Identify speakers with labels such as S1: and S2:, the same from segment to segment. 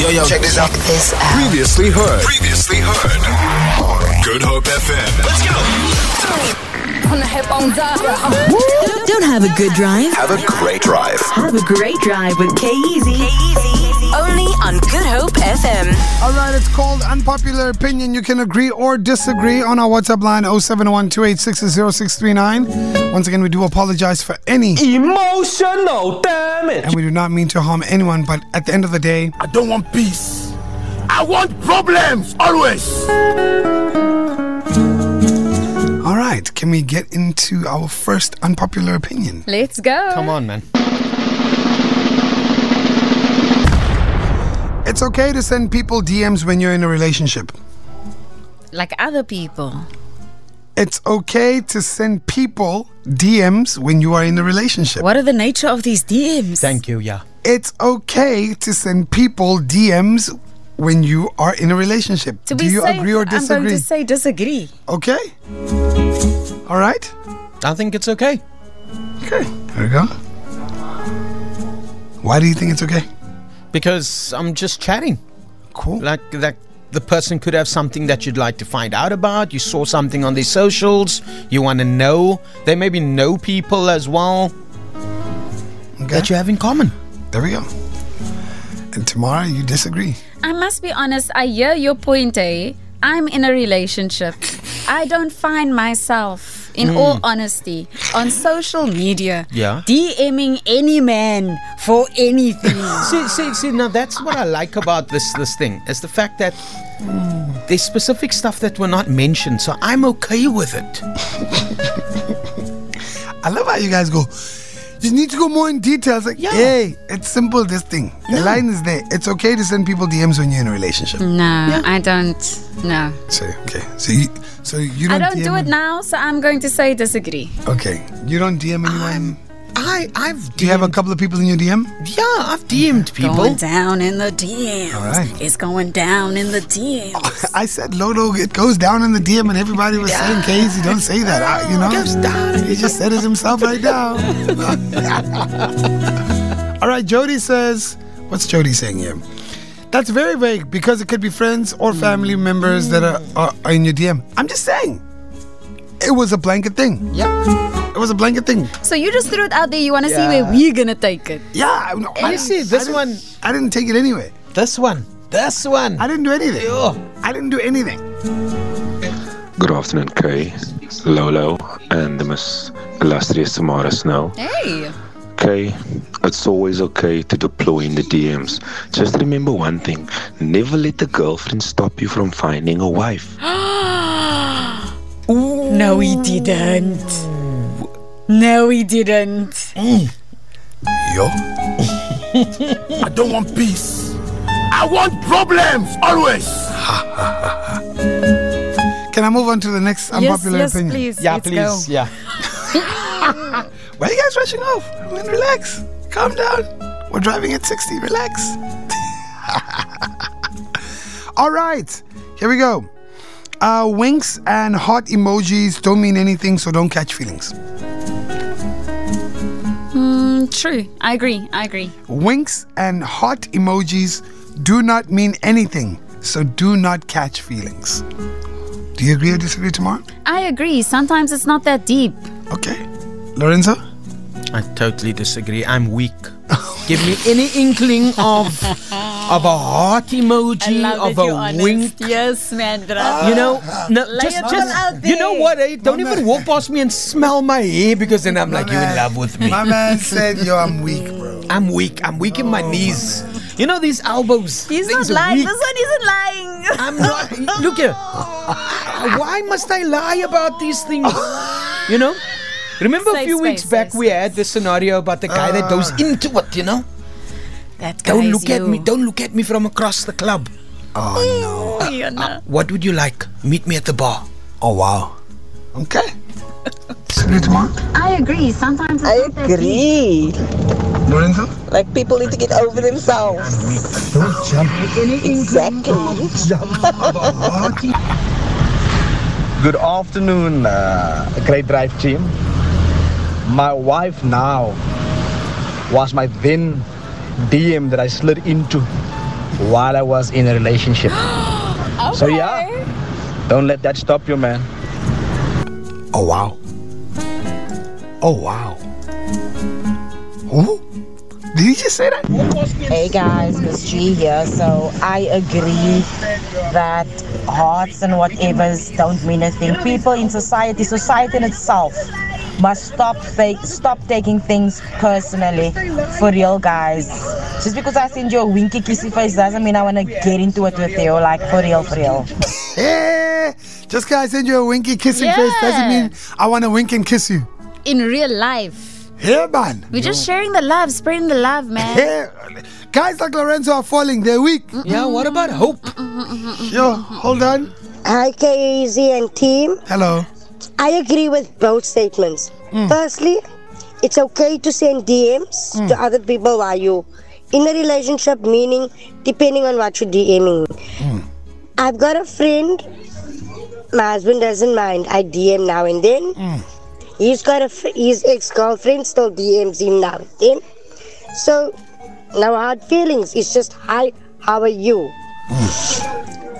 S1: Yo, yo, check this out.
S2: This out.
S3: Previously heard.
S1: Previously heard. Good Hope FM. Let's
S4: Don't have a good drive?
S1: have a great drive.
S4: Have a great drive with K-Easy. Only on Good Hope FM.
S5: All right, it's called Unpopular Opinion. You can agree or disagree on our WhatsApp line 0712860639. Once again, we do apologize for any,
S6: Emotional damage.
S5: and we do not mean to harm anyone, but at the end of the day,
S7: I don't want peace. I want problems always.
S5: all right, can we get into our first unpopular opinion?
S8: Let's go.
S6: Come on, man.
S5: It's okay to send people DMs when you're in a relationship.
S8: Like other people.
S5: It's okay to send people DMs when you are in a relationship.
S8: What are the nature of these DMs?
S6: Thank you, yeah.
S5: It's okay to send people DMs when you are in a relationship.
S8: To
S5: do
S8: be
S5: you
S8: safe,
S5: agree or disagree?
S8: I'm going to say disagree.
S5: Okay. All right.
S6: I think it's okay.
S5: Okay. There we go. Why do you think it's okay?
S6: Because I'm just chatting.
S5: Cool.
S6: Like that the person could have something that you'd like to find out about. You saw something on their socials, you wanna know. They maybe know people as well
S5: Okay.
S6: that you have in common.
S5: There we go. And tomorrow you disagree.
S8: I must be honest, I hear your point, eh? I'm in a relationship. I don't find myself, in
S5: Hmm.
S8: all honesty, on social media
S6: Yeah.
S8: DMing any man for anything.
S6: See, see, see, now that's what I like about this this thing is the fact that there's specific stuff that were not mentioned, so I'm okay with it.
S5: I love how you guys go. You need to go more in detail. It's like,
S6: Yeah.
S5: hey, it's simple, this thing. The line is there. It's okay to send people DMs when you're in a relationship.
S8: no, I don't. No.
S5: So, okay. So you, so you
S8: I
S5: don't
S8: don't
S5: DM
S8: do it now, so I'm going to say disagree.
S5: Okay. You don't DM anyone?
S6: I I've
S5: do you have a
S6: DM'd
S5: couple of people in your DM?
S6: Yeah, I've DM'd people.
S8: Going down in the DMs.
S5: All right.
S8: It's going down in the DMs.
S5: I said Lolo, it goes down in the DM, and everybody was saying, Casey, don't say that. I- you know,
S6: Goes down.
S5: He just said it himself right now. All right, Jody says, what's Jody saying here? That's very vague because it could be friends or
S8: Mm.
S5: family members that are, are, are in your DM. I'm just saying, it was a blanket thing. Yeah, it was a blanket thing.
S8: So you just threw it out there. You want to see
S6: Yeah.
S8: where we're gonna take it?
S5: Yeah, I- no, I
S6: You see,
S5: didn't-
S6: this
S5: I didn't-
S6: one-
S5: I didn't take it anyway.
S6: This one. This one.
S5: I didn't do anything.
S6: Ew.
S5: I didn't do anything.
S9: Good afternoon, Kay, Lolo, and the most illustrious Samara Snow.
S8: Hey,
S9: Kay, it's always okay to deploy in the DMs. Just remember one thing never let the girlfriend stop you from finding a wife.
S8: no, he didn't. No, he didn't.
S5: Yo,
S7: I don't want peace. I want problems always.
S5: can I move on to the next unpopular
S8: yes, yes,
S5: opinion?
S8: please.
S6: Yeah,
S8: let's
S6: please.
S8: Go.
S6: Yeah.
S5: Why are you guys rushing off? I mean, relax. Calm down. We're driving at 60. Relax. All right. Here we go. Uh, winks and heart emojis don't mean anything, so don't catch feelings.
S8: Mm, true. I agree. I agree.
S5: Winks and heart emojis do not mean anything, so do not catch feelings. Do you agree or disagree tomorrow?
S8: I agree. Sometimes it's not that deep.
S5: Okay. Lorenzo?
S6: I totally disagree. I'm weak. Give me any inkling of of a heart emoji, of a wink. Uh,
S8: Yes, man.
S6: You know, no, just,
S8: it all
S6: just
S8: out
S6: you know
S8: there.
S6: what? Eh? Don't even walk past me and smell my hair because then I'm like, you're in love with me.
S5: My man said, Yo, I'm weak, bro.
S6: I'm weak. I'm weak in Oh, my knees. You know these elbows.
S8: He's not
S6: things are
S8: lying.
S6: weak.
S8: This one isn't lying.
S6: I'm not. Look here. Why must I lie about these things? You know. Remember a
S8: Safe
S6: few weeks
S8: space,
S6: back
S8: safe
S6: we had this scenario about the guy that goes into it. You know.
S8: That
S6: Don't
S8: guy's
S6: look at
S8: you.
S6: me. Don't look at me from across the club.
S8: You know.
S6: What would you like? Meet me at the bar.
S5: Oh, wow. Okay. Disagree tomorrow?
S8: I agree. Sometimes it's not that deep.
S10: agree.
S5: Lorenzo?
S10: Like people need to get over themselves.
S5: Don't jump.
S10: Exactly.
S11: Good afternoon, uh, Great Drive team. My wife now was my then DM that I slid into while I was in a relationship. So yeah, don't let that stop you, man.
S5: Oh wow. Oh wow. Oh, did he just say that?
S10: Hey guys, Miss G here. So I agree that hearts and whatever's don't mean a thing. People in society, society in itself, must stop fake, stop taking things personally. For real, guys. Just because I send you a winky kissy face doesn't mean I wanna get into it with you. Like for real, for real.
S5: Yeah. Just because I send you a winky kissing face doesn't
S8: Yeah.
S5: mean I want to wink and kiss you.
S8: In real life,
S5: Yeah, man.
S8: we're just sharing the love, spreading the love, man.
S5: Yeah. Guys like Lorenzo are falling. They're weak.
S6: Yeah, what about hope?
S5: Yo, hold on.
S2: Hi, KEZ and team.
S5: Hello.
S2: I agree with both statements. Firstly, it's okay to send DMs to other people while you in a relationship, meaning depending on what you're DMing. I've got a friend, my husband doesn't mind. I DM now and then. He's got a fr- his ex girlfriend still DMs him now and then. So, no hard feelings. It's just hi, how are you?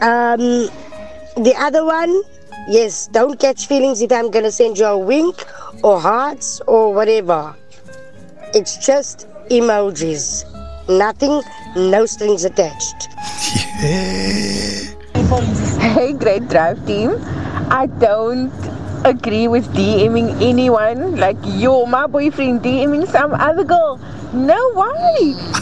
S2: Um, the other one, yes, don't catch feelings if I'm gonna send you a wink or hearts or whatever. It's just emojis. Nothing, no strings attached.
S10: Hey, great drive team. I don't agree with DMing anyone. Like, yo, my boyfriend DMing some other girl. No, why?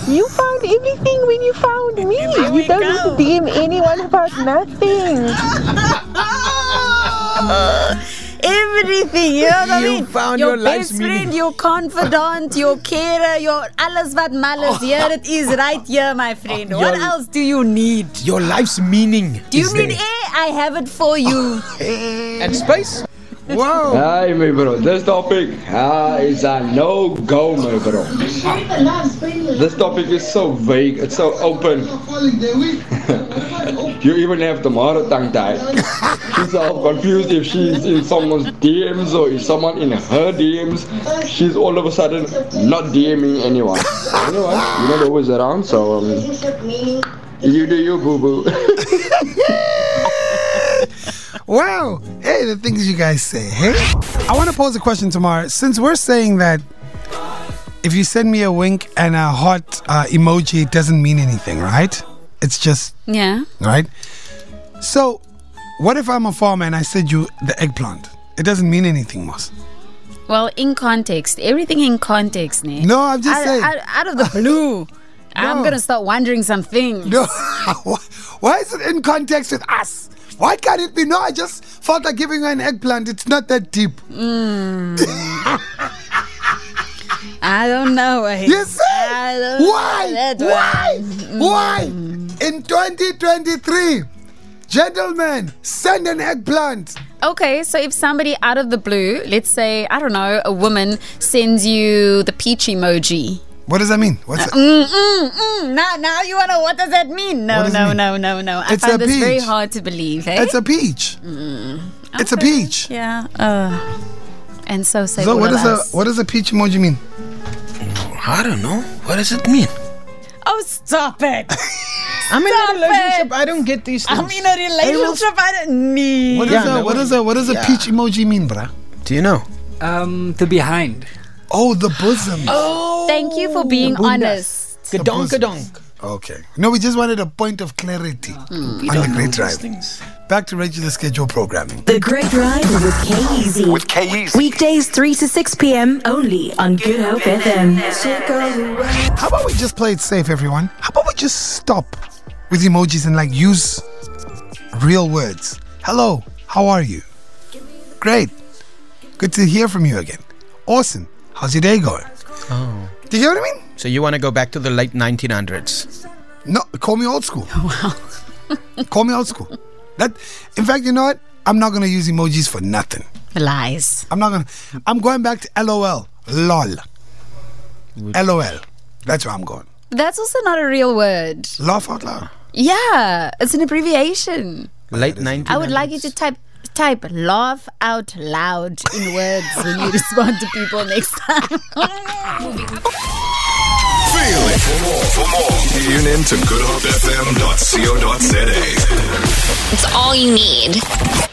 S10: You found everything when you found me. You don't need to DM anyone about nothing.
S8: Everything, you know what I
S6: You
S8: mean?
S6: found your life's
S8: best friend,
S6: meaning.
S8: your confidant, your carer, your alles wat mal is. Here it is, right here, my friend. What
S6: Your-
S8: else do you need?
S6: Your life's meaning.
S8: Do you
S6: is
S8: need
S6: there.
S8: air? I have it for you.
S6: And space?
S5: Whoa.
S11: Hi, my bro. This topic uh, is a no go, my bro. This topic is so vague, it's so open. you even have tomorrow tongue tied. She's all confused if she's in someone's DMs or if someone in her DMs. She's all of a sudden not DMing anyone. You know what? You're not always around, so um, you do you, boo boo.
S5: Wow. Hey, the things you guys say. Hey, I want to pose a question tomorrow. Since we're saying that if you send me a wink and a heart uh, emoji, it doesn't mean anything, right? It's just,
S8: Yeah.
S5: right? So, what if I'm a farmer and I send you the eggplant? It doesn't mean anything, Moss.
S8: Well, in context, everything in context, ne?
S5: No, I'm just
S8: out,
S5: saying.
S8: Out, out of the blue, I'm
S5: No.
S8: gonna start wondering some things.
S5: No, why, why is it in context with us? Why can't it be? No, I just felt like giving her an eggplant. It's not that deep.
S8: I don't know. eh?
S5: You see?
S8: I don't know
S5: Why?
S8: that
S5: Why?
S8: one.
S5: Why? In 2023, gentlemen, send an eggplant.
S8: Okay, so if somebody out of the blue, let's say I don't know, a woman sends you the peach emoji.
S5: What does that mean? What's that?
S8: Mm, mm, mm. Now, now you wanna. What does that mean? No,
S5: What does it
S8: no,
S5: mean?
S8: no, no, no. I
S5: It's a
S8: find this very
S5: peach.
S8: hard to believe. Eh?
S5: It's a peach. It's a
S8: Mm, Okay,
S5: peach.
S8: Yeah. Uh, and so say
S5: So
S8: all
S5: what
S8: of
S5: does a
S8: us.
S5: what does a peach emoji mean?
S6: I don't know. What does it mean?
S8: Oh, stop it!
S6: I'm in
S8: Stop
S6: a relationship.
S8: it.
S6: I don't get these things.
S8: I'm in a relationship. I don't need.
S5: What is
S6: Yeah,
S5: a
S6: no
S5: what is a what does a
S6: Yeah.
S5: peach emoji mean, bruh?
S6: Do you know?
S3: Um, the behind.
S5: Oh, the bosom.
S8: Thank you for being honest.
S6: Gadonk,
S5: bosom.
S6: gadonk.
S5: Okay. No, we just wanted a point of clarity on the great drive. Back to regular schedule programming.
S4: The Great Ride with K-Easy.
S1: With KEZ.
S4: Weekdays 3 to 6 p.m. only on Good Hope FM.
S5: How about we just play it safe, everyone? How about we just stop with emojis and like use real words? Hello, how are you? Great. Good to hear from you again. Awesome. How's your day going? Oh. Do you know what I mean?
S6: So you want to go back to the late 1900s?
S5: No, call me old school. call me old school. That, in fact, you know what? I'm not gonna use emojis for nothing.
S8: Lies.
S5: I'm not gonna. I'm going back to LOL. LOL. LOL. That's where I'm going.
S8: That's also not a real word.
S5: Laugh out loud.
S8: Yeah, it's an abbreviation.
S6: Late 1900s.
S8: I would like you to type type laugh out loud in words when you respond to people next time.
S1: Feel it. For more, for more, tune in to goodhopefm.co.za.
S12: It's all you need.